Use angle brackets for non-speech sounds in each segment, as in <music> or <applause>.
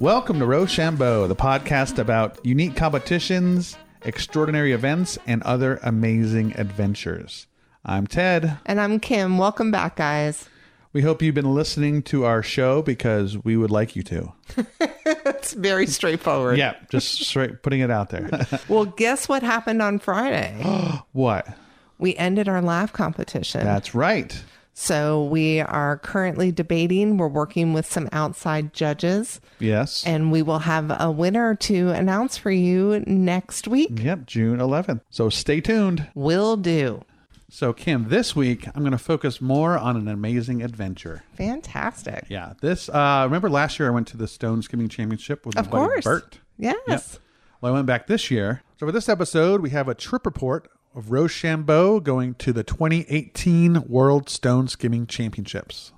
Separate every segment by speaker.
Speaker 1: Welcome to Rochambeau, the podcast about unique competitions, extraordinary events, and other amazing adventures. I'm Ted.
Speaker 2: And I'm Kim. Welcome back, guys.
Speaker 1: We hope you've been listening to our show because we would like you to.
Speaker 2: It's very straightforward.
Speaker 1: Yeah, just straight putting it out there. <laughs>
Speaker 2: Well, guess what happened on Friday?
Speaker 1: what?
Speaker 2: we ended our laugh competition.
Speaker 1: That's right.
Speaker 2: so we are currently debating. We're working with some outside judges,
Speaker 1: Yes.
Speaker 2: and we will have a winner to announce for you next week.
Speaker 1: yep, June 11th. So stay tuned.
Speaker 2: Will do.
Speaker 1: So, Kim, this week I'm going to focus more on an amazing adventure.
Speaker 2: Fantastic.
Speaker 1: Yeah, this, uh, remember last year I went to the Stone Skimming Championship with
Speaker 2: Of
Speaker 1: my buddy
Speaker 2: course.
Speaker 1: Bert?
Speaker 2: Yes.
Speaker 1: Well, I went back this year. So for this episode, we have a trip report of Rochambeau going to the 2018 World Stone Skimming Championships.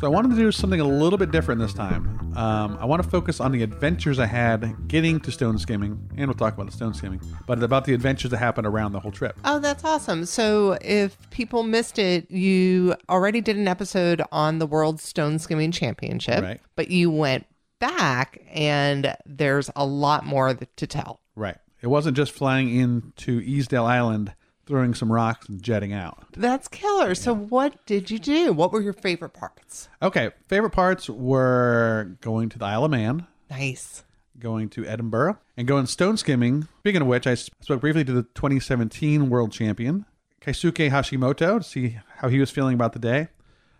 Speaker 1: So I wanted to do something a little bit different this time. Um, I want to focus on the adventures I had getting to stone skimming, and we'll talk about the stone skimming, but about the adventures that happened around the whole trip.
Speaker 2: Oh, that's awesome. So, if people missed it, you already did an episode on the World Stone Skimming Championship,
Speaker 1: Right.
Speaker 2: but you went back and there's a lot more th- to tell.
Speaker 1: Right. It wasn't just flying into Easedale Island, throwing some rocks and jetting out.
Speaker 2: That's killer. So, what did you do? What were your favorite parts?
Speaker 1: Okay, favorite parts were going to the Isle of Man,
Speaker 2: Nice.
Speaker 1: going to Edinburgh, and going stone skimming. Speaking of which, I s- spoke briefly to the 2017 world champion, Keisuke Hashimoto, to see how he was feeling about the day.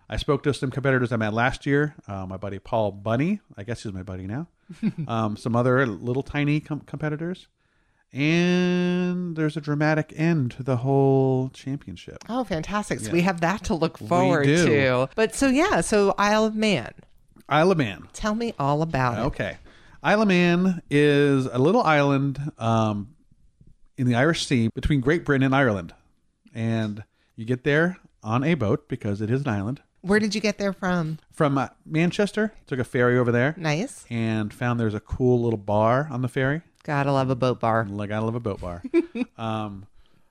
Speaker 1: I spoke to some competitors I met last year, uh, my buddy Paul Bunny, I guess he's my buddy now, um, some other little tiny com- competitors. And there's a dramatic end to the whole championship.
Speaker 2: Oh, fantastic. So, we have that to look forward
Speaker 1: do.
Speaker 2: to. But so, yeah, so Isle of Man,
Speaker 1: Isle of Man.
Speaker 2: tell me all about it.
Speaker 1: Okay. Isle of Man is a little island um, in the Irish Sea between Great Britain and Ireland. And you get there on a boat because it is an island.
Speaker 2: Where did you get there from?
Speaker 1: From uh, Manchester, took a ferry over there
Speaker 2: Nice.
Speaker 1: and found there's a cool little bar on the ferry.
Speaker 2: Gotta love a boat bar.
Speaker 1: Like I love a boat bar. <laughs> um,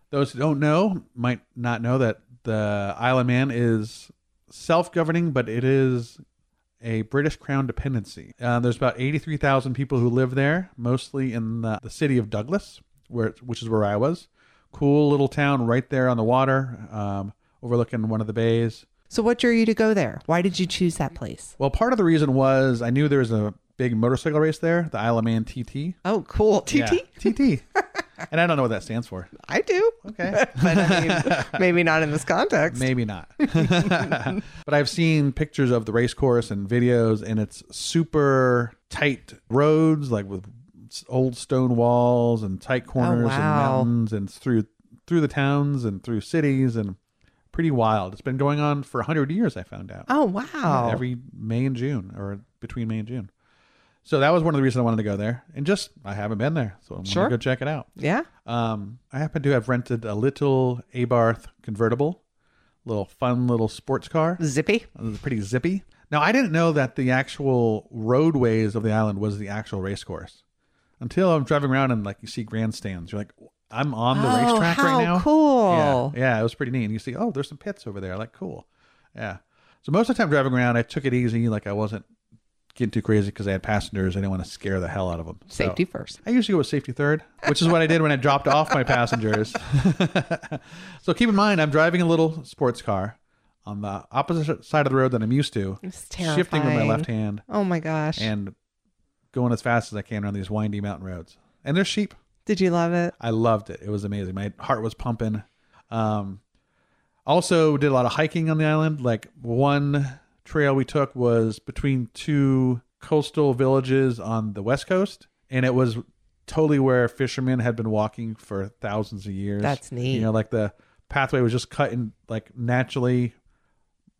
Speaker 1: those who don't know might not know that the Isle of Man is self-governing, but it is a British Crown dependency. Uh, there's about eighty-three thousand people who live there, mostly in the, the city of Douglas, where which is where I was. Cool little town right there on the water, um, overlooking one of the bays.
Speaker 2: So, what drew you to go there? Why did you choose that place?
Speaker 1: Well, part of the reason was I knew there was a big motorcycle race there, the Isle of Man TT.
Speaker 2: Oh, cool. TT?
Speaker 1: Yeah, TT. <laughs> and I don't know what that stands for.
Speaker 2: I do.
Speaker 1: <laughs> Okay.
Speaker 2: But I mean, maybe not in this context.
Speaker 1: Maybe not. <laughs> but I've seen pictures of the race course and videos, and it's super tight roads, like with s- old stone walls and tight corners and
Speaker 2: Oh, wow.
Speaker 1: mountains, and it's through through the towns and through cities, and pretty wild. It's been going on for hundred years. I found out
Speaker 2: Oh, wow.
Speaker 1: every May and June, or between May and June. So that was one of the reasons I wanted to go there, and just I haven't been there, so I'm
Speaker 2: Sure.
Speaker 1: gonna go check it out.
Speaker 2: yeah.
Speaker 1: Um, I happen to have rented a little Abarth convertible, little fun little sports car. It
Speaker 2: Zippy.
Speaker 1: was pretty zippy. Now I didn't know that the actual roadways of the island was the actual race course until I'm driving around and like you see grandstands. You're like, I'm on the
Speaker 2: Oh,
Speaker 1: racetrack
Speaker 2: how
Speaker 1: right now.
Speaker 2: cool.
Speaker 1: Yeah, yeah, it was pretty neat. And you see, oh, there's some pits over there. Like, cool. Yeah. So most of the time driving around, I took it easy. Like I wasn't getting too crazy because I had passengers. I didn't want to scare the hell out of them. So-
Speaker 2: Safety first.
Speaker 1: I usually go with safety third, which is what I did when I dropped off my passengers. <laughs> so keep in mind, I'm driving a little sports car on the opposite side of the road that I'm used to,
Speaker 2: It's
Speaker 1: shifting with my
Speaker 2: terrifying.
Speaker 1: left hand
Speaker 2: Oh my gosh.
Speaker 1: and going as fast as I can around these windy mountain roads. And there's sheep.
Speaker 2: Did you love it?
Speaker 1: I loved it. It was amazing. My heart was pumping. Um, also, did a lot of hiking on the island. Like one trail we took was between two coastal villages on the west coast, and it was totally where fishermen had been walking for thousands of years.
Speaker 2: That's neat.
Speaker 1: You know, like the pathway was just cut and like naturally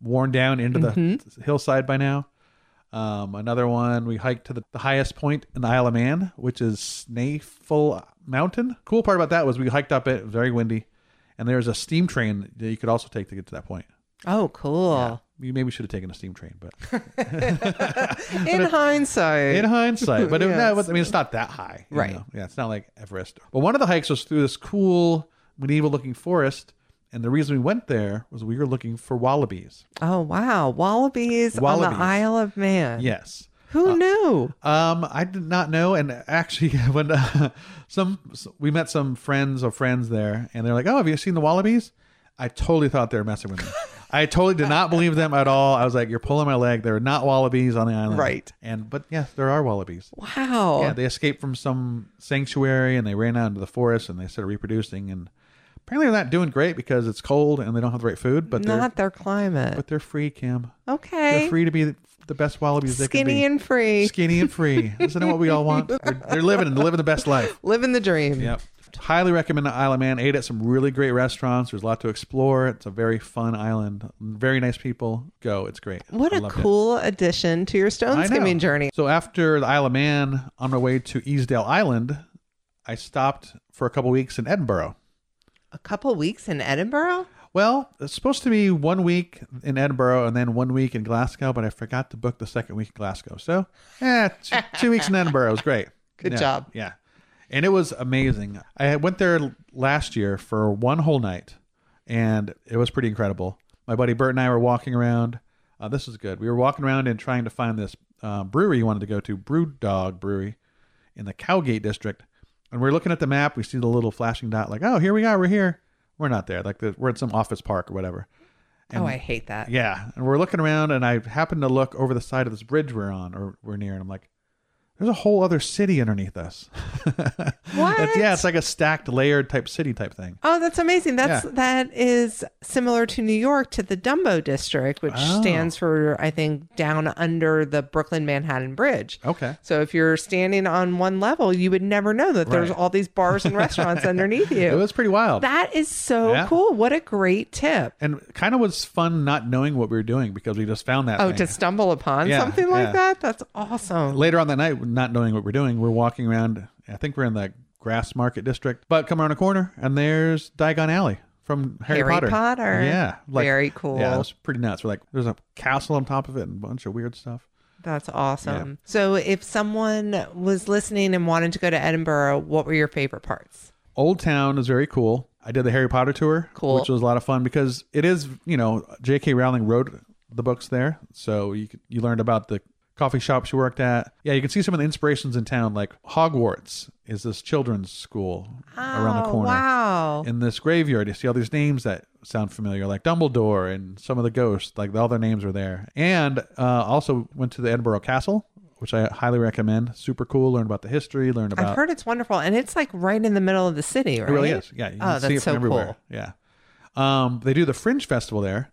Speaker 1: worn down into
Speaker 2: Mm-hmm.
Speaker 1: the hillside by now. Um, another one, we hiked to the, the highest point in the Isle of Man, which is Snaefell Mountain. Cool part about that was we hiked up it, very windy, and there's a steam train that you could also take to get to that point.
Speaker 2: Oh, cool.
Speaker 1: You maybe should have taken a steam train,
Speaker 2: <laughs>
Speaker 1: but
Speaker 2: In hindsight.
Speaker 1: in hindsight, but it,
Speaker 2: Yes.
Speaker 1: no, it was- I mean, it's not that high, you
Speaker 2: Right.
Speaker 1: know? Yeah, it's not like Everest. But one of the hikes was through this cool medieval-looking forest, And the reason we went there was we were looking for wallabies.
Speaker 2: Oh wow, wallabies, on
Speaker 1: Wallabies. Uh,
Speaker 2: the Isle of Man.
Speaker 1: Yes.
Speaker 2: Who knew?
Speaker 1: Um, I did not know, and actually, <laughs> when uh, some we met some friends or friends there, and they're like, "Oh, have you seen the wallabies?" I totally thought they were messing with me.
Speaker 2: <laughs>
Speaker 1: I totally did not believe them at all. I was like, "You're pulling my leg. There are not wallabies on the island,
Speaker 2: Right.
Speaker 1: And but yes, there are wallabies.
Speaker 2: Wow.
Speaker 1: Yeah, they escaped from some sanctuary and they ran out into the forest and they started reproducing. And apparently, they're not doing great because it's cold and they don't have the right food. But they're
Speaker 2: Not their climate.
Speaker 1: but they're free, Kim. They're
Speaker 2: Okay.
Speaker 1: free to be the best wallabies they can be
Speaker 2: Skinny and free.
Speaker 1: skinny and free. Isn't that what we all
Speaker 2: <laughs>
Speaker 1: want? They're, they're living, they're living the best life.
Speaker 2: Living the dream.
Speaker 1: Yep. Highly recommend the Isle of Man. Ate at some really great restaurants. There's a lot to explore. It's a very fun island. Very nice people. Go. It's great.
Speaker 2: What
Speaker 1: I
Speaker 2: a
Speaker 1: loved it.
Speaker 2: cool addition to your stone
Speaker 1: I know.
Speaker 2: skimming journey.
Speaker 1: So after the Isle of Man, on my way to Easedale Island, I stopped for a couple weeks in Edinburgh.
Speaker 2: A couple weeks in Edinburgh?
Speaker 1: Well, it's supposed to be one week in Edinburgh and then one week in Glasgow, but I forgot to book the second week in Glasgow. So, yeah, two, two weeks in Edinburgh was great.
Speaker 2: Good
Speaker 1: Yeah,
Speaker 2: job.
Speaker 1: Yeah. And it was amazing. I went there l- last year for one whole night, and it was pretty incredible. My buddy Bert and I were walking around. Uh, this is good. We were walking around and trying to find this uh, brewery you wanted to go to, Brew Dog Brewery, in the Cowgate district. And we're looking at the map. We see the little flashing dot, like, oh, here we are. We're here. We're not there. Like, the, we're at some office park or whatever.
Speaker 2: oh, I hate that.
Speaker 1: Yeah. And we're looking around, and I happen to look over the side of this bridge we're on or we're near, and I'm like, there's a whole other city underneath us. <laughs>
Speaker 2: What?
Speaker 1: It's- yeah, it's like a stacked, layered type city type thing.
Speaker 2: Oh, that's amazing. That's
Speaker 1: Yeah.
Speaker 2: that is similar to New York to the Dumbo district, which
Speaker 1: Oh.
Speaker 2: stands for I think down under the Brooklyn Manhattan Bridge.
Speaker 1: Okay.
Speaker 2: So if you're standing on one level, you would never know that there's
Speaker 1: Right.
Speaker 2: all these bars
Speaker 1: <laughs>
Speaker 2: and restaurants underneath
Speaker 1: It
Speaker 2: you.
Speaker 1: was pretty wild.
Speaker 2: that is so
Speaker 1: Yeah.
Speaker 2: cool. What a great tip.
Speaker 1: and kind of was fun not knowing what we were doing because we just found that.
Speaker 2: Oh,
Speaker 1: thing.
Speaker 2: to stumble upon
Speaker 1: Yeah,
Speaker 2: something like
Speaker 1: yeah.
Speaker 2: that? That's awesome.
Speaker 1: later on that night, not knowing what we're doing, we're walking around. I think we're in the Grass Market district, but come around a corner and there's Diagon Alley from Harry,
Speaker 2: Harry
Speaker 1: Potter.
Speaker 2: Potter.
Speaker 1: Yeah,
Speaker 2: Very cool.
Speaker 1: Yeah, it was pretty nuts. We're like, there's a castle on top of it and a bunch of weird stuff.
Speaker 2: That's awesome. So if someone was listening and wanted to go to Edinburgh, what were your favorite parts?
Speaker 1: Old Town is very cool. I did the Harry Potter tour,
Speaker 2: Cool.
Speaker 1: which was a lot of fun because it is, you know, J.K. Rowling wrote the books there, so you could- you learned about the coffee shop she worked at. Yeah, you can see some of the inspirations in town, like Hogwarts is this children's school around the
Speaker 2: Oh,
Speaker 1: corner.
Speaker 2: Wow.
Speaker 1: In this graveyard, you see all these names that sound familiar, like Dumbledore and some of the ghosts. Like all their names are there. And uh, also went to the Edinburgh Castle, which I highly recommend. Super cool. Learn about the history. Learn about
Speaker 2: I've heard it's wonderful, and it's like right in the middle of the city, right?
Speaker 1: it really is. Yeah, you can
Speaker 2: oh,
Speaker 1: see
Speaker 2: that's
Speaker 1: it from
Speaker 2: so
Speaker 1: everywhere.
Speaker 2: cool.
Speaker 1: Yeah. Um, they do the Fringe Festival there,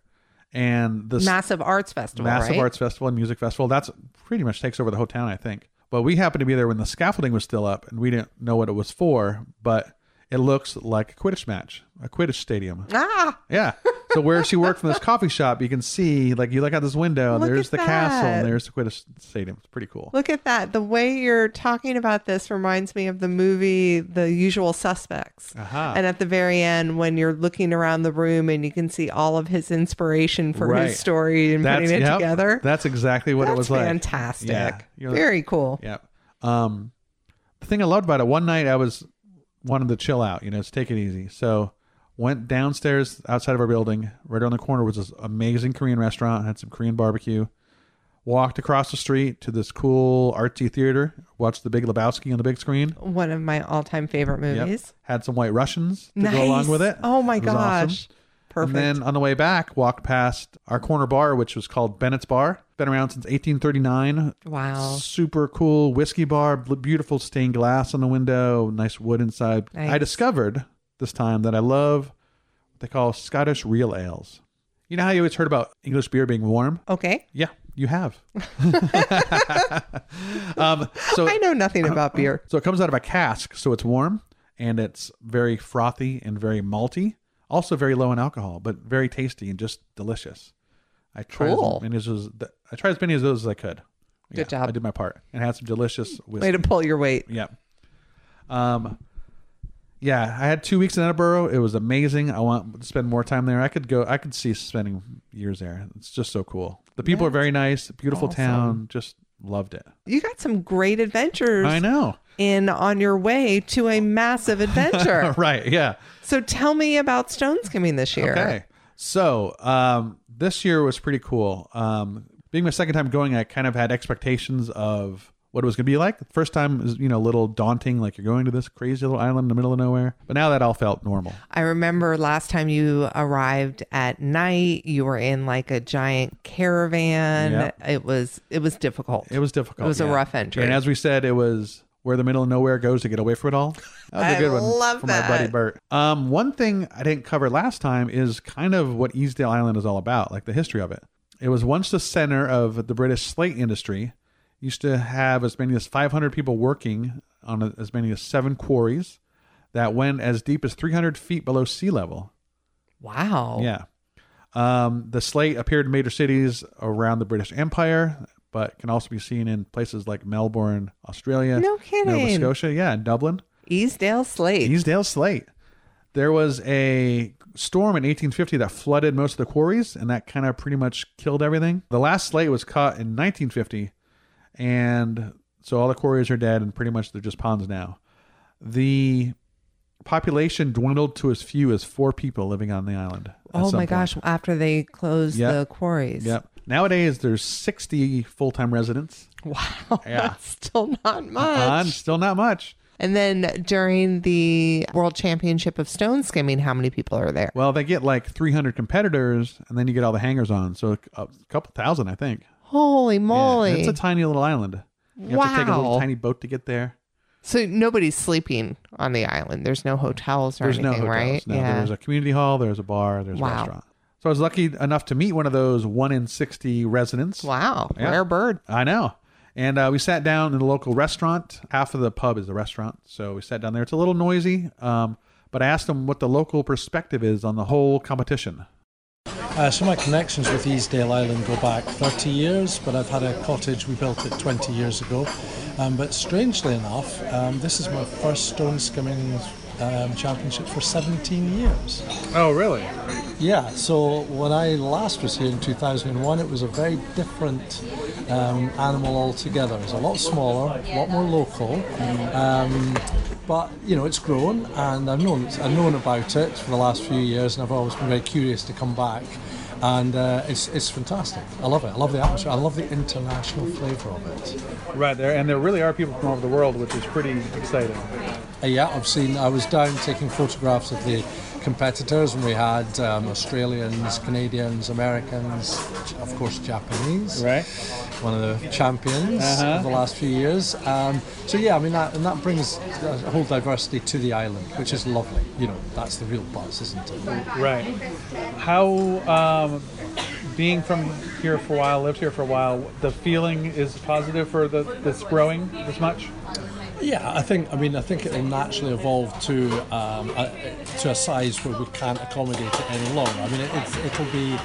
Speaker 1: and the s-
Speaker 2: Massive arts festival,
Speaker 1: massive
Speaker 2: right?
Speaker 1: arts festival and music festival. That's pretty much takes over the whole town, I think. But we happened to be there when the scaffolding was still up, and we didn't know what it was for. But it looks like a Quidditch match, a Quidditch stadium.
Speaker 2: Ah,
Speaker 1: Yeah. So where she worked from this coffee shop, you can see like you look out this window. and
Speaker 2: Look
Speaker 1: there's
Speaker 2: at
Speaker 1: the castle,
Speaker 2: that.
Speaker 1: and there's the Quidditch stadium. It's pretty cool.
Speaker 2: look at that! The way you're talking about this reminds me of the movie The Usual Suspects.
Speaker 1: Aha.
Speaker 2: And at the very end, when you're looking around the room and you can see all of his inspiration for
Speaker 1: Right.
Speaker 2: his story and putting it
Speaker 1: yep,
Speaker 2: together,
Speaker 1: That's exactly what
Speaker 2: that's
Speaker 1: it was like.
Speaker 2: fantastic.
Speaker 1: Yeah. You're-
Speaker 2: Very cool.
Speaker 1: Yeah. Um, the thing I loved about it, one night I was wanted to chill out, you know, just take it easy. So went downstairs outside of our building. Right around the corner was this amazing Korean restaurant. Had some Korean barbecue. Walked across the street to this cool artsy theater. Watched The Big Lebowski on the big screen.
Speaker 2: One of my all-time favorite
Speaker 1: Yep.
Speaker 2: movies.
Speaker 1: Had some White Russians to
Speaker 2: nice.
Speaker 1: go along with it.
Speaker 2: Oh my
Speaker 1: It was awesome.
Speaker 2: gosh! Perfect.
Speaker 1: And then on the way back, walked past our corner bar, which was called Bennett's Bar. Been around since 1839
Speaker 2: wow.
Speaker 1: super cool whiskey bar, bl- beautiful stained glass on the window, nice wood inside.
Speaker 2: Nice.
Speaker 1: I discovered this time that I love what they call Scottish real ales. You know how you always heard about English beer being warm?
Speaker 2: Okay.
Speaker 1: Yeah, you have.
Speaker 2: <laughs>
Speaker 1: <laughs> um, so,
Speaker 2: I know nothing about beer.
Speaker 1: so it comes out of a cask, so it's warm and it's very frothy and very malty. Also very low in alcohol, but very tasty and just delicious. I tried
Speaker 2: Cool.
Speaker 1: as many as those, I tried as many of those as I could.
Speaker 2: Good
Speaker 1: Yeah,
Speaker 2: job.
Speaker 1: I did my part and had some delicious whiskey.
Speaker 2: Way to pull your weight.
Speaker 1: Yeah. Um, yeah, I had two weeks in Edinburgh. It was amazing. I want to spend more time there. I could go. I could see spending years there. It's just so cool. The people are very nice. Beautiful town. Just Loved it.
Speaker 2: You got some great adventures
Speaker 1: I know. <laughs>
Speaker 2: in on your way to a
Speaker 1: <laughs>
Speaker 2: massive adventure.
Speaker 1: Right. Yeah.
Speaker 2: so tell me about stone skimming this year.
Speaker 1: Okay. So um, this year was pretty cool. Um, being my second time going, I kind of had expectations of what it was going to be like. The first time was, you know, a little daunting, like you're going to this crazy little island in the middle of nowhere. But now that all felt normal.
Speaker 2: I remember last time you arrived at night, you were in like a giant caravan.
Speaker 1: Yep.
Speaker 2: It was it was difficult.
Speaker 1: It was difficult.
Speaker 2: It was a rough entry.
Speaker 1: And as we said, it was where the middle of nowhere goes to get away from it all. That was a
Speaker 2: I
Speaker 1: good one
Speaker 2: love
Speaker 1: from my buddy
Speaker 2: that.
Speaker 1: Bert. Um, one thing I didn't cover last time is kind of what Easdale Island is all about, like the history of it. It was once the center of the British slate industry. Used to have as many as 500 people working on as many as seven quarries that went as deep as 300 feet below sea level.
Speaker 2: wow.
Speaker 1: Yeah. Um, the slate appeared in major cities around the British Empire, but can also be seen in places like Melbourne, Australia,
Speaker 2: No
Speaker 1: Nova
Speaker 2: kidding.
Speaker 1: Scotia, yeah, and Dublin.
Speaker 2: Easdale Slate.
Speaker 1: Easdale slate. There was a storm in 1850 that flooded most of the quarries, and that kind of pretty much killed everything. The last slate was caught in 1950, and so all the quarries are dead, and pretty much they're just ponds now. The population dwindled to as few as four people living on the island. at
Speaker 2: oh
Speaker 1: some
Speaker 2: my
Speaker 1: point.
Speaker 2: gosh, after they closed
Speaker 1: Yep.
Speaker 2: the quarries.
Speaker 1: Yep. Nowadays, there's 60 full time residents.
Speaker 2: <laughs> Wow.
Speaker 1: Yeah.
Speaker 2: That's still not much.
Speaker 1: On still not much.
Speaker 2: And then during the World Championship of Stone Skimming, how many people are there?
Speaker 1: Well, they get like 300 competitors, and then you get all the hangers on. So a couple thousand, I think.
Speaker 2: Holy
Speaker 1: Yeah,
Speaker 2: moly.
Speaker 1: It's a tiny little island. You have to take a little
Speaker 2: Wow.
Speaker 1: tiny boat to get there.
Speaker 2: so nobody's sleeping on the island. There's no hotels or
Speaker 1: There's no
Speaker 2: anything,
Speaker 1: hotels.
Speaker 2: right?
Speaker 1: No,
Speaker 2: yeah.
Speaker 1: there's a community hall, there's a bar, there's a
Speaker 2: Wow.
Speaker 1: restaurant. So I was lucky enough to meet one of those one in 60 residents.
Speaker 2: wow.
Speaker 1: Yeah.
Speaker 2: Rare bird.
Speaker 1: I know. And uh, we sat down in the local restaurant. Half of the pub is the restaurant. So we sat down there. It's a little noisy, um, but I asked them what the local perspective is on the whole competition.
Speaker 3: Uh, so my connections with Easdale Island go back 30 years, but I've had a cottage, we built it 20 years ago. Um, but strangely enough, um, this is my first stone skimming um, championship for 17 years.
Speaker 1: Oh, really?
Speaker 3: Yeah, so when I last was here in 2001, it was a very different um, animal altogether. It was a lot smaller, a lot more local, um, but you know it's grown, and I've known I've known about it for the last few years, and I've always been very curious to come back, and uh, it's it's fantastic. I love it. I love the atmosphere. I love the international flavour of it.
Speaker 1: Right there. And there really are people from all over the world, which is pretty exciting.
Speaker 3: Uh, Yeah, I've seen. I was down taking photographs of the competitors, and we had um, Australians, Canadians, Americans, of course, Japanese.
Speaker 1: Right.
Speaker 3: One of the champions of the last few years. Um, so yeah, I mean, that, and that brings a whole diversity to the island, which is lovely. You know, that's the real buzz, isn't it?
Speaker 1: Right. How, um, being from here for a while, lived here for a while, the feeling is positive for the, this growing this much?
Speaker 3: Yeah, I think. I mean, I think it'll naturally evolve to um, a, to a size where we can't accommodate it any longer. I mean, it, it's, it'll be.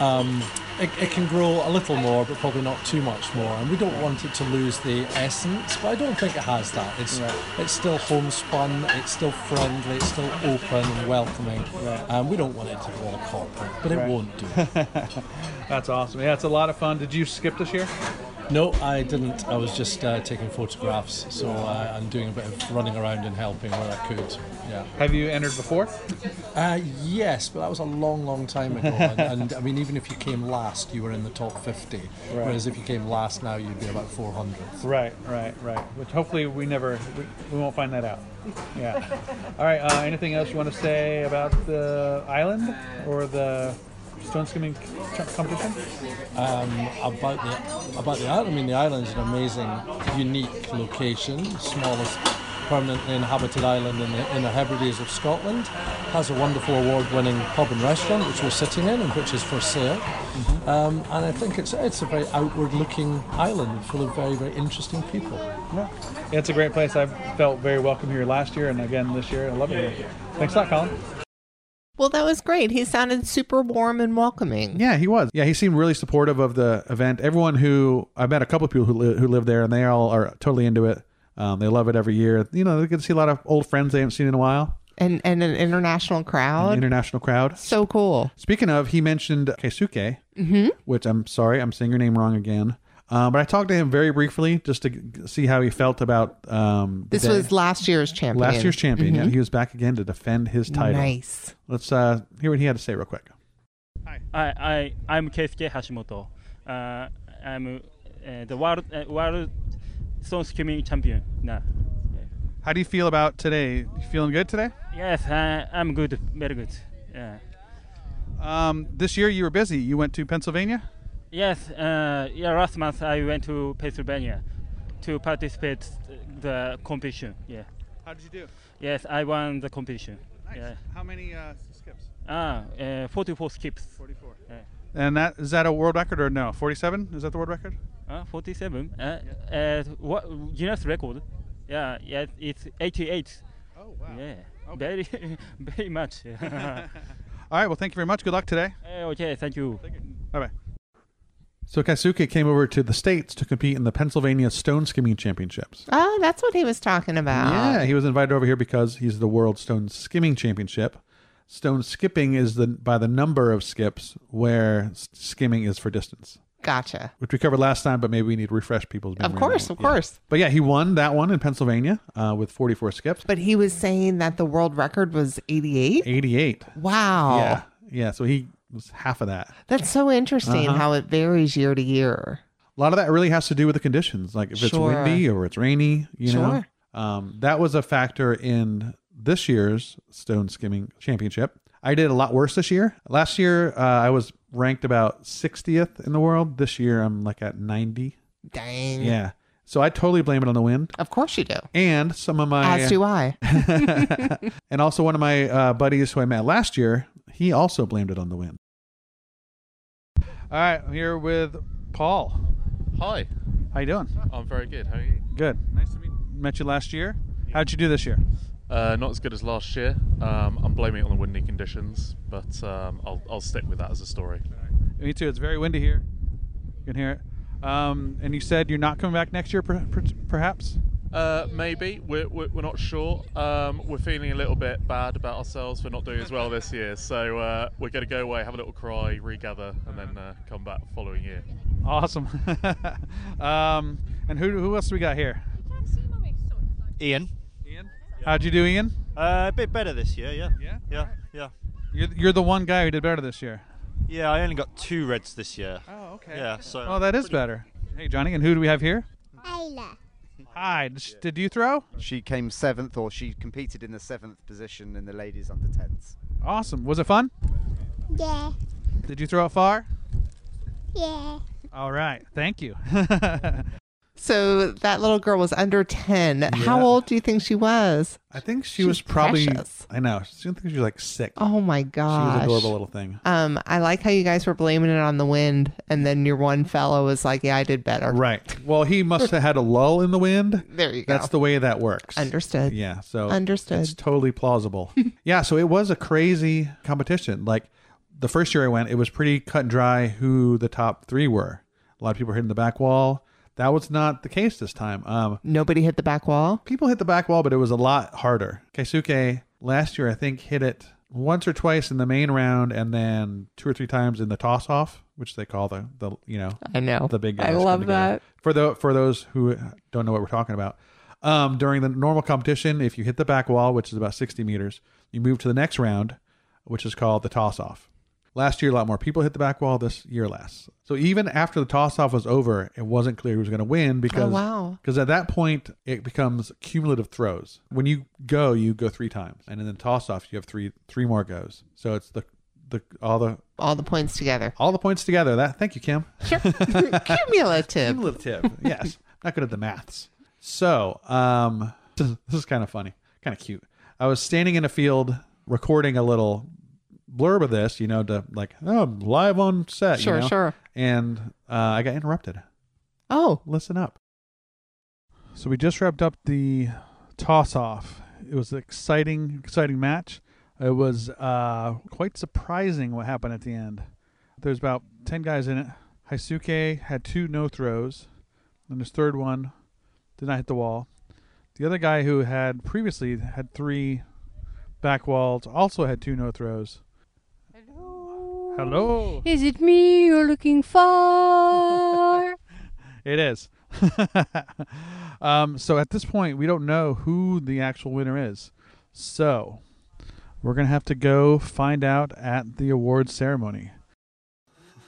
Speaker 3: Um, it, it can grow a little more, but probably not too much more. And we don't want it to lose the essence, but I don't think it has that. It's it's still homespun, it's still friendly, it's still open and welcoming. Um, we don't want it to go all corporate, but it won't do.
Speaker 1: That's awesome. Yeah, it's a lot of fun. Did you skip this year?
Speaker 3: No, I didn't. I was just uh, taking photographs, so uh, I'm doing a bit of running around and helping where I could. Yeah.
Speaker 1: Have you entered before?
Speaker 3: Uh, yes, but that was a long, long time ago. and, and I mean, even if you came last, you were in the top 50. Whereas if you came last now, you'd be about 400.
Speaker 1: Right, right, right. Which hopefully we never, we, we won't find that out. Yeah. All right. Uh, anything else you want to say about the island or the stone skimming c- competition?
Speaker 3: About the about the island, I mean, the island's an amazing, unique location, smallest permanently inhabited island in the, in the Hebrides of Scotland. Has a wonderful award-winning pub and restaurant which we're sitting in and which is for sale. Um, and I think it's it's a very outward-looking island full of very, very interesting people.
Speaker 1: No. It's a great place. I felt very welcome here last year and again this year. I love it here. Thanks a lot, Colin.
Speaker 2: Well, that was great. He sounded super warm and welcoming.
Speaker 1: Yeah, he was. Yeah, he seemed really supportive of the event. Everyone who I met a couple of people who li- who live there, and they all are totally into it. Um, they love it every year. You know, they get to see a lot of old friends they haven't seen in a while.
Speaker 2: And and an international crowd.
Speaker 1: International crowd.
Speaker 2: so cool. Mm-hmm.
Speaker 1: Speaking of, he mentioned Keisuke, which I'm sorry, I'm saying your name wrong again. Um, but I talked to him very briefly just to g- see how he felt about um, the
Speaker 2: This
Speaker 1: day.
Speaker 2: was last year's champion.
Speaker 1: last year's champion. Yeah, he was back again to defend his title.
Speaker 2: Nice.
Speaker 1: Let's uh, hear what he had to say real quick.
Speaker 4: I, I, I'm Keisuke Hashimoto. Uh, I'm uh, the world, uh, world stone swimming champion now.
Speaker 1: How do you feel about today? You feeling good today?
Speaker 4: Yes, I, I'm good, very good. Yeah.
Speaker 1: Um, this year you were busy. You went to Pennsylvania.
Speaker 4: Yes, uh, yeah, last month I went to Pennsylvania to participate the competition. Yeah.
Speaker 1: How did you do?
Speaker 4: Yes, I won the competition. Yeah.
Speaker 1: How many uh, skips?
Speaker 4: Ah, uh, 44 skips.
Speaker 1: Forty-four.
Speaker 4: Yeah.
Speaker 1: And that is that a world record or no? Forty-seven? Is that the world record?
Speaker 4: Uh, 47. Uh, uh, what Guinness record? Yeah, yeah, it's 88.
Speaker 1: Oh
Speaker 4: Yeah, very, <laughs> very much.
Speaker 1: All right. Well, thank you very much. Good luck today.
Speaker 4: Eh, okay, thank you.
Speaker 1: Bye bye. So Kaisuke came over to the states to compete in the Pennsylvania Stone Skimming Championships.
Speaker 2: Oh, that's what he was talking about.
Speaker 1: Yeah, he was invited over here because he's the World Stone Skimming Championship. Stone skipping is the by the number of skips, where s- skimming is for distance,
Speaker 2: Gotcha.
Speaker 1: which we covered last time. But maybe we need to refresh people's.
Speaker 2: Of
Speaker 1: memory on
Speaker 2: course,
Speaker 1: that
Speaker 2: of
Speaker 1: one. Yeah.
Speaker 2: course.
Speaker 1: But yeah, he won that one in Pennsylvania uh, with 44 skips,
Speaker 2: But he was saying that the world record was 88.
Speaker 1: 88.
Speaker 2: Wow.
Speaker 1: Yeah, yeah. So he was half of that.
Speaker 2: That's so interesting
Speaker 1: Uh-huh.
Speaker 2: how it varies year to year.
Speaker 1: A lot of that really has to do with the conditions, like if it's
Speaker 2: Sure.
Speaker 1: windy or it's rainy. You know,
Speaker 2: Sure.
Speaker 1: um, that was a factor in this year's stone skimming championship. I did a lot worse this year. Last year, uh, I was ranked about 60th in the world. This year, I'm like at 90.
Speaker 2: Dang.
Speaker 1: Yeah, so I totally blame it on the wind
Speaker 2: Of course you do.
Speaker 1: and some of my
Speaker 2: As
Speaker 1: <laughs>
Speaker 2: do I.
Speaker 1: and also one of my uh, buddies who I met last year. He also blamed it on the wind. All right, I'm here with Paul.
Speaker 5: Hi,
Speaker 1: How you doing?
Speaker 5: I'm very good. How are you?
Speaker 1: Good. Nice to meet. Met you last year. How'd you do this year?
Speaker 5: Uh, not as good as last year. Um, I'm blaming it on the windy conditions, but um, I'll, I'll stick with that as a story.
Speaker 1: Me too. It's very windy here. You can hear it. Um, and you said you're not coming back next year, per- per- perhaps.
Speaker 5: Uh, maybe we're, we're, we're not sure. Um, we're feeling a little bit bad about ourselves for not doing as well this year, so uh, we're going to go away, have a little cry, regather, and then uh, come back the following year.
Speaker 1: Awesome. <laughs> um, and who who else we got here?
Speaker 6: Ian.
Speaker 1: Ian. How'd you do, Ian?
Speaker 6: Uh, a bit better this year, yeah.
Speaker 1: Yeah?
Speaker 6: Yeah, yeah.
Speaker 1: You're you're the one guy who did better this year.
Speaker 6: Yeah, I only got two reds this year.
Speaker 1: Oh, okay.
Speaker 6: Yeah, so.
Speaker 1: Oh, that is better. Hey, Johnny. And who do we have here?
Speaker 7: Ayla.
Speaker 1: Hi. Did, sh- did you throw?
Speaker 8: She came seventh, or she competed in the seventh position in the ladies under tens.
Speaker 1: Awesome. Was it fun?
Speaker 7: Yeah,
Speaker 1: Did you throw it far?
Speaker 7: yeah.
Speaker 1: All right. Thank you. <laughs>
Speaker 2: So that little girl was under 10. How
Speaker 1: Yeah.
Speaker 2: old do you think she was?
Speaker 1: I think she
Speaker 2: She's
Speaker 1: was probably.
Speaker 2: precious.
Speaker 1: I know. She, I think she was like six.
Speaker 2: Oh my
Speaker 1: she
Speaker 2: gosh.
Speaker 1: was an adorable little thing.
Speaker 2: Um, I like how you guys were blaming it on the wind, and then your one fellow was like, "Yeah, I did better."
Speaker 1: Right. Well, he must have had a lull in the wind.
Speaker 2: <laughs> There you go.
Speaker 1: That's the way that works.
Speaker 2: Understood.
Speaker 1: Yeah. So
Speaker 2: Understood.
Speaker 1: It's totally
Speaker 2: <laughs>
Speaker 1: plausible. yeah. So it was a crazy competition. Like the first year I went, it was pretty cut and dry who the top three were. A lot of people were hitting the back wall. That was not the case this time. Um,
Speaker 2: Nobody hit the back wall.
Speaker 1: people hit the back wall, but it was a lot harder. Keisuke last year, I think, hit it once or twice in the main round, and then two or three times in the toss off, which they call the the you know
Speaker 2: I know.
Speaker 1: the big guys
Speaker 2: I
Speaker 1: come
Speaker 2: love
Speaker 1: together.
Speaker 2: that.
Speaker 1: for the for those who don't know what we're talking about um, during the normal competition if you hit the back wall which is about 60 meters you move to the next round which is called the toss off last year a lot more people hit the back wall this year less so even after the toss off was over it wasn't clear who was going to win because
Speaker 2: Oh, wow.
Speaker 1: because at that point it becomes cumulative throws when you go you go three times and in the toss off you have three three more goes so it's the the all the
Speaker 2: All the points
Speaker 1: <laughs>
Speaker 2: together.
Speaker 1: all the points together that thank you kim
Speaker 2: Cumulative.
Speaker 1: cumulative. yes, not good at the maths. So, um, <laughs> this is kind of funny, kind of cute. I was standing in a field recording a little blurb of this, you know, to like, oh, I'm live on set. <laughs> you
Speaker 2: Sure,
Speaker 1: know?
Speaker 2: sure.
Speaker 1: And uh, I got interrupted.
Speaker 2: Oh,
Speaker 1: Listen up. So we just wrapped up the toss off. It was an exciting, exciting match. It was uh, quite surprising what happened at the end. There's about 10 guys in it. Haisuke had two no throws, and his third one did not hit the wall. The other guy who had previously had three back walls also had two no throws. Hello. Hello.
Speaker 9: Is it me you're looking for?
Speaker 1: It is. <laughs> um, so at this point, we don't know who the actual winner is. So we're going to have to go find out at the awards ceremony.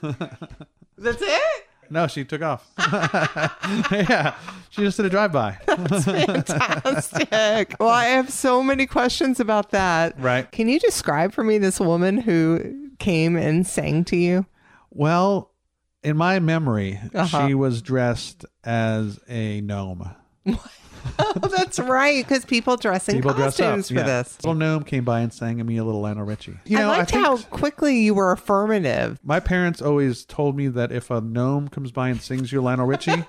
Speaker 2: That's it?
Speaker 1: <laughs> No, she took off. <laughs> yeah, she just did a drive by.
Speaker 2: That's <laughs> fantastic. well, I have so many questions about that.
Speaker 1: Right.
Speaker 2: Can you describe for me this woman who came and sang to you?
Speaker 1: Well, in my memory,
Speaker 2: Uh-huh.
Speaker 1: she was dressed as a gnome.
Speaker 2: Oh, that's right, because people dress in
Speaker 1: People dress up
Speaker 2: costumes for
Speaker 1: yeah.
Speaker 2: this.
Speaker 1: Little gnome came by and sang me a little Lionel Richie. You know,
Speaker 2: I liked
Speaker 1: think
Speaker 2: how quickly you were affirmative.
Speaker 1: my parents always told me that if a gnome comes by and sings you Lionel Richie,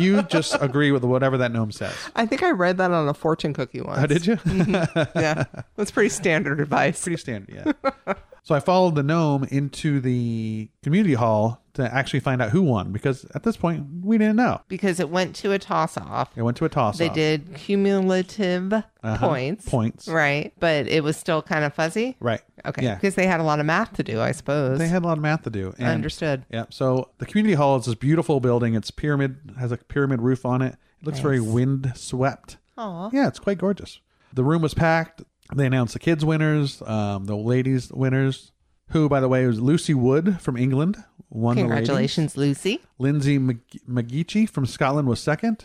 Speaker 1: you just agree with whatever that gnome says.
Speaker 2: I think I read that on a fortune cookie once.
Speaker 1: Oh, <laughs> did you? <laughs>
Speaker 2: yeah, that's pretty standard advice.
Speaker 1: Pretty standard, yeah. so I followed the gnome into the community hall to actually find out who won because at this point we didn't know.
Speaker 2: because it went to a toss off.
Speaker 1: It went to a toss. Uh-huh.
Speaker 2: They did cumulative points.
Speaker 1: Points.
Speaker 2: Right. But it was still kind of fuzzy.
Speaker 1: Right.
Speaker 2: Okay.
Speaker 1: Yeah.
Speaker 2: Because they had a lot of math to do, I suppose.
Speaker 1: They had a lot of math to do. And
Speaker 2: Understood.
Speaker 1: Yeah. So the community hall is this beautiful building. It's pyramid has a pyramid roof on it. It looks very wind swept.
Speaker 2: Aw.
Speaker 1: Yeah, it's quite gorgeous. The room was packed. They announced the kids winners, um, the ladies winners, who by the way was Lucy Wood from England won the ladies.
Speaker 2: Congratulations, Lucy.
Speaker 1: Lindsay Mag- Magici from Scotland was second,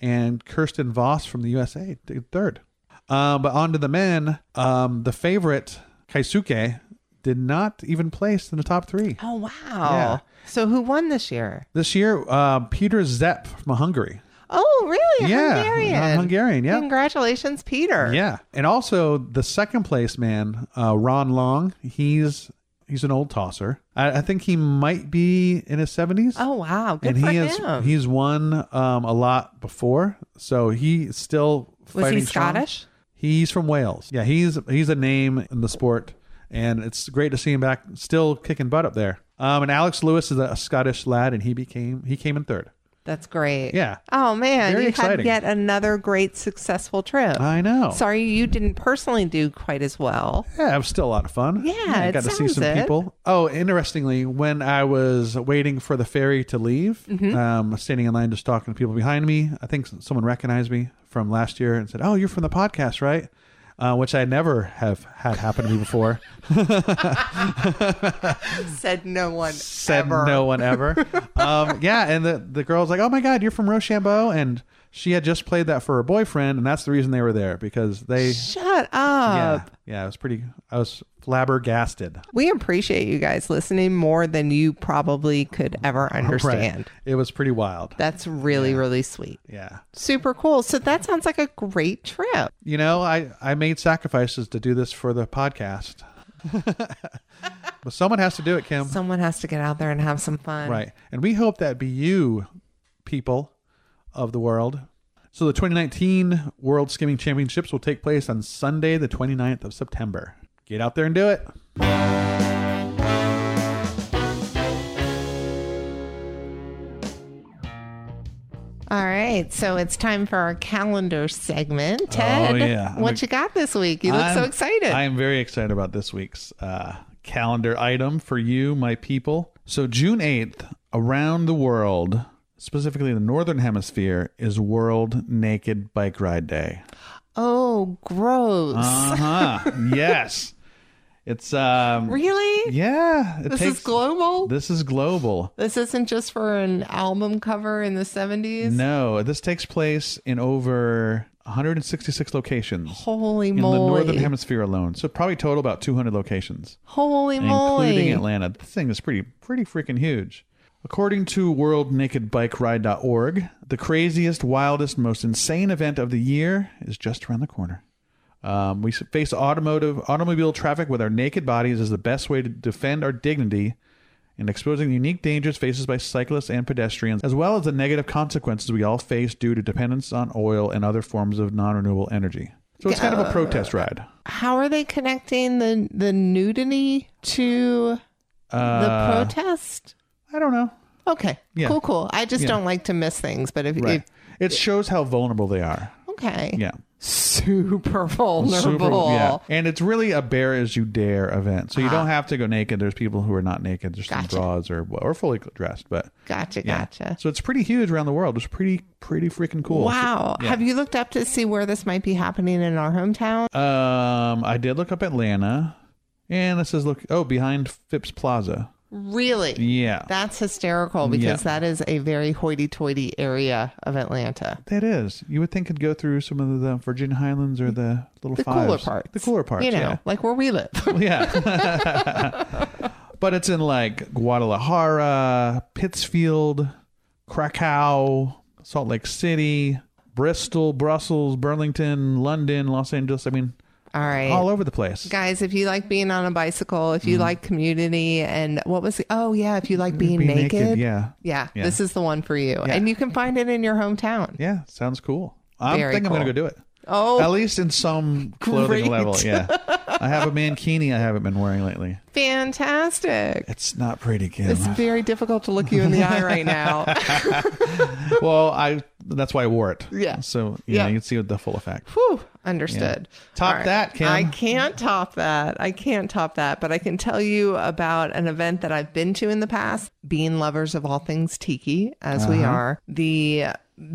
Speaker 1: and Kirsten Voss from the USA did third. Um, but on to the men, um, the favorite Kaisuke did not even place in the top three.
Speaker 2: Oh, wow.
Speaker 1: Yeah.
Speaker 2: So who won this year?
Speaker 1: This year, uh, Peter Zepp from Hungary.
Speaker 2: Oh, really?
Speaker 1: Yeah,
Speaker 2: Hungarian.
Speaker 1: I'm Hungarian, yeah.
Speaker 2: Congratulations, Peter.
Speaker 1: Yeah. And also the second place man, uh, Ron Long, he's he's an old tosser. I, I think he might be in his 70s.
Speaker 2: Oh, wow. Good
Speaker 1: and
Speaker 2: for
Speaker 1: he
Speaker 2: him.
Speaker 1: has he's won um, a lot before, so he's still
Speaker 2: was
Speaker 1: fighting
Speaker 2: he
Speaker 1: strong.
Speaker 2: Scottish?
Speaker 1: He's from Wales. Yeah, he's he's a name in the sport, and it's great to see him back, still kicking butt up there. Um, and Alex Lewis is a Scottish lad, and he became he came in third.
Speaker 2: That's great.
Speaker 1: Yeah.
Speaker 2: Oh, man.
Speaker 1: Very
Speaker 2: you
Speaker 1: exciting.
Speaker 2: had yet another great successful trip.
Speaker 1: I know.
Speaker 2: Sorry you didn't personally do quite as well. <laughs>
Speaker 1: Yeah, it was still a lot of fun.
Speaker 2: Yeah,
Speaker 1: I
Speaker 2: it
Speaker 1: got to see
Speaker 2: sounds
Speaker 1: some
Speaker 2: it.
Speaker 1: people. Oh, interestingly, when I was waiting for the ferry to leave,
Speaker 2: Mm-hmm.
Speaker 1: um, standing in line just talking to people behind me, I think s- someone recognized me from last year and said, "Oh, you're from the podcast, right?" Uh, which I never have had happen to me
Speaker 2: <laughs>
Speaker 1: before.
Speaker 2: Said no one.
Speaker 1: Said
Speaker 2: ever.
Speaker 1: no one
Speaker 2: <laughs>
Speaker 1: ever. um, yeah, and the the girl's like, "Oh my God, you're from Rochambeau," and she had just played that for her boyfriend, and that's the reason they were there because they.
Speaker 2: Shut up.
Speaker 1: Yeah, yeah, I was pretty. I was flabbergasted.
Speaker 2: We appreciate you guys listening more than you probably could ever understand.
Speaker 1: Right. It was pretty wild.
Speaker 2: That's really, really sweet.
Speaker 1: yeah.
Speaker 2: Super cool. So that sounds like a great trip.
Speaker 1: You know, I, I made sacrifices to do this for the podcast. but someone has to do it, Kim.
Speaker 2: Someone has to get out there and have some fun.
Speaker 1: right. And we hope that be you, people of the world. So the 2019 World Skimming Championships will take place on Sunday, the 29th of September. Get out there and do it.
Speaker 2: All right. So it's time for our calendar segment. Ted,
Speaker 1: Oh, yeah. I'm
Speaker 2: what
Speaker 1: ex-
Speaker 2: you got this week? You look so
Speaker 1: I'm-
Speaker 2: excited.
Speaker 1: I am very excited about this week's uh, calendar item for you, my people. So, June 8th, around the world, specifically the Northern Hemisphere, is World Naked Bike Ride Day.
Speaker 2: oh, gross.
Speaker 1: Uh
Speaker 2: <laughs>
Speaker 1: huh. yes. It's, um,
Speaker 2: really?
Speaker 1: yeah. It
Speaker 2: This is global?
Speaker 1: This is global.
Speaker 2: This isn't just for an album cover in the 70s.
Speaker 1: No, this takes place in over 166 locations.
Speaker 2: Holy
Speaker 1: in the
Speaker 2: moly.
Speaker 1: northern hemisphere alone, so probably total about 200 locations.
Speaker 2: Holy moly.
Speaker 1: including Atlanta. This thing is pretty pretty freaking huge. According to worldnakedbikeride.org, the craziest, wildest, most insane event of the year is just around the corner. Um, we face automotive automobile traffic with our naked bodies is the best way to defend our dignity and exposing the unique dangers faced by cyclists and pedestrians, as well as the negative consequences we all face due to dependence on oil and other forms of non-renewable energy. So it's kind of a protest ride.
Speaker 2: How are they connecting the, the nudity to the
Speaker 1: Uh,
Speaker 2: protest?
Speaker 1: I don't know.
Speaker 2: Okay.
Speaker 1: yeah.
Speaker 2: Cool, cool. I just
Speaker 1: Yeah.
Speaker 2: don't like to miss things, but if,
Speaker 1: Right.
Speaker 2: if
Speaker 1: It shows how vulnerable they are.
Speaker 2: okay.
Speaker 1: Yeah.
Speaker 2: super <laughs> vulnerable. Uh-huh.
Speaker 1: yeah. And it's really a bare as you dare event. So you don't have to go naked. There's people who are not naked. There's
Speaker 2: Gotcha.
Speaker 1: some bras or or fully dressed, but
Speaker 2: Gotcha,
Speaker 1: yeah.
Speaker 2: gotcha.
Speaker 1: So it's pretty huge around the world. It's pretty pretty freaking cool.
Speaker 2: Wow.
Speaker 1: Yeah.
Speaker 2: Have you looked up to see where this might be happening in our hometown?
Speaker 1: Um, I did look up Atlanta, and this is look oh behind Phipps Plaza.
Speaker 2: Really?
Speaker 1: Yeah,
Speaker 2: That's hysterical because
Speaker 1: Yeah.
Speaker 2: that is a very hoity toity area of Atlanta.
Speaker 1: that is. You would think it'd go through some of the Virginia Highlands or the little
Speaker 2: The
Speaker 1: fives.
Speaker 2: cooler parts.
Speaker 1: The cooler parts.
Speaker 2: You know,
Speaker 1: yeah.
Speaker 2: like where we live. <laughs>
Speaker 1: Yeah. but it's in like Guadalajara, Pittsfield, Krakow, Salt Lake City, Bristol, Brussels, Burlington, London, Los Angeles. I mean,
Speaker 2: All right.
Speaker 1: all over the place.
Speaker 2: Guys, if you like being on a bicycle, if you
Speaker 1: Mm-hmm.
Speaker 2: like community, and what was the, oh yeah, if you like being,
Speaker 1: Being
Speaker 2: naked,
Speaker 1: Yeah.
Speaker 2: yeah,
Speaker 1: Yeah.
Speaker 2: this is the one for you,
Speaker 1: Yeah.
Speaker 2: and you can find it in your hometown.
Speaker 1: Yeah. Sounds cool. I am
Speaker 2: Very
Speaker 1: think I'm going to
Speaker 2: cool.
Speaker 1: go do it.
Speaker 2: Oh,
Speaker 1: At least in
Speaker 2: <laughs>
Speaker 1: some clothing
Speaker 2: Great.
Speaker 1: level. Yeah. I have a mankini I haven't been wearing lately.
Speaker 2: fantastic!
Speaker 1: It's not pretty, Kim. <laughs>
Speaker 2: It's very difficult to look you in the eye right now.
Speaker 1: well, I that's why I wore it.
Speaker 2: Yeah.
Speaker 1: So, you
Speaker 2: Yeah.
Speaker 1: know, you can see the full effect.
Speaker 2: Whew, understood.
Speaker 1: Yeah. Top
Speaker 2: All right.
Speaker 1: that, Kim.
Speaker 2: I can't top that. I can't top that, but I can tell you about an event that I've been to in the past, being lovers of all things tiki, as we
Speaker 1: Uh-huh.
Speaker 2: are. The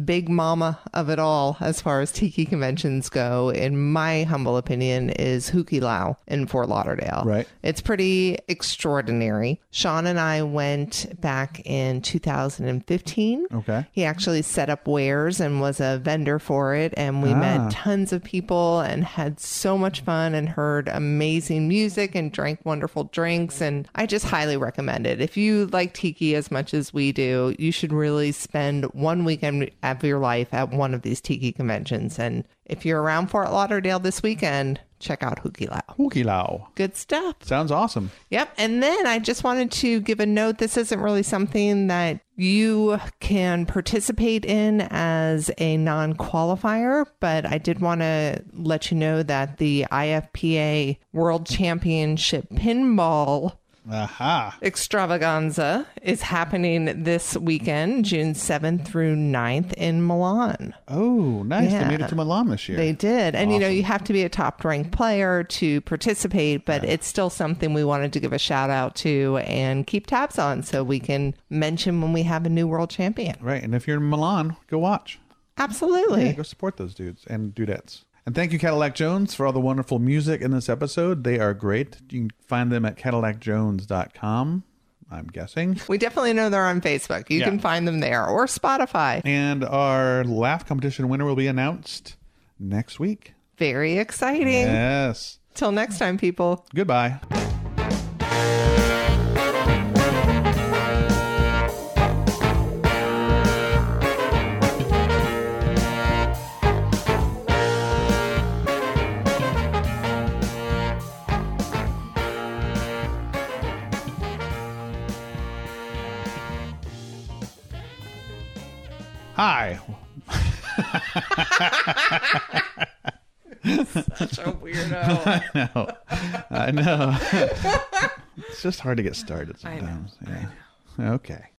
Speaker 2: big mama of it all, as far as tiki conventions go, in my humble opinion, is Hukilau in Fort Lauderdale.
Speaker 1: Right.
Speaker 2: It's pretty extraordinary. Sean and I went back in 2015.
Speaker 1: Okay.
Speaker 2: He actually set up wares and was a vendor for it. And we met tons of people and had so much fun and heard amazing music and drank wonderful drinks. And I just highly recommend it. If you like tiki as much as we do, you should really spend one weekend of your life at one of these tiki conventions. And if you're around Fort Lauderdale this weekend, check out Hukilau.
Speaker 1: Hukilau.
Speaker 2: Good stuff.
Speaker 1: Sounds awesome.
Speaker 2: Yep. And then I just wanted to give a note. This isn't really something that you can participate in as a non qualifier, but I did want to let you know that the IFPA World Championship Pinball
Speaker 1: Aha.
Speaker 2: Extravaganza is happening this weekend, June 7th through 9th in Milan.
Speaker 1: Oh, nice. They
Speaker 2: Yeah.
Speaker 1: made it to Milan this year.
Speaker 2: They did. And, you know, you have to be a top ranked player to participate, but it's still something we wanted to give a shout out to and keep tabs on so we can mention when we have a new world champion.
Speaker 1: right. And if you're in Milan, go watch.
Speaker 2: Absolutely.
Speaker 1: Yeah, go support those dudes and dudettes. And thank you, Cadillac Jones, for all the wonderful music in this episode. They are great. You can find them at CadillacJones.com, I'm guessing.
Speaker 2: We definitely know they're on Facebook. You
Speaker 1: Yeah.
Speaker 2: can find them there or Spotify.
Speaker 1: And our laugh competition winner will be announced next week.
Speaker 2: Very exciting.
Speaker 1: Yes.
Speaker 2: Till next time, people.
Speaker 1: Goodbye. Hi. no, I know. it's just hard to get started sometimes. Yeah. Okay.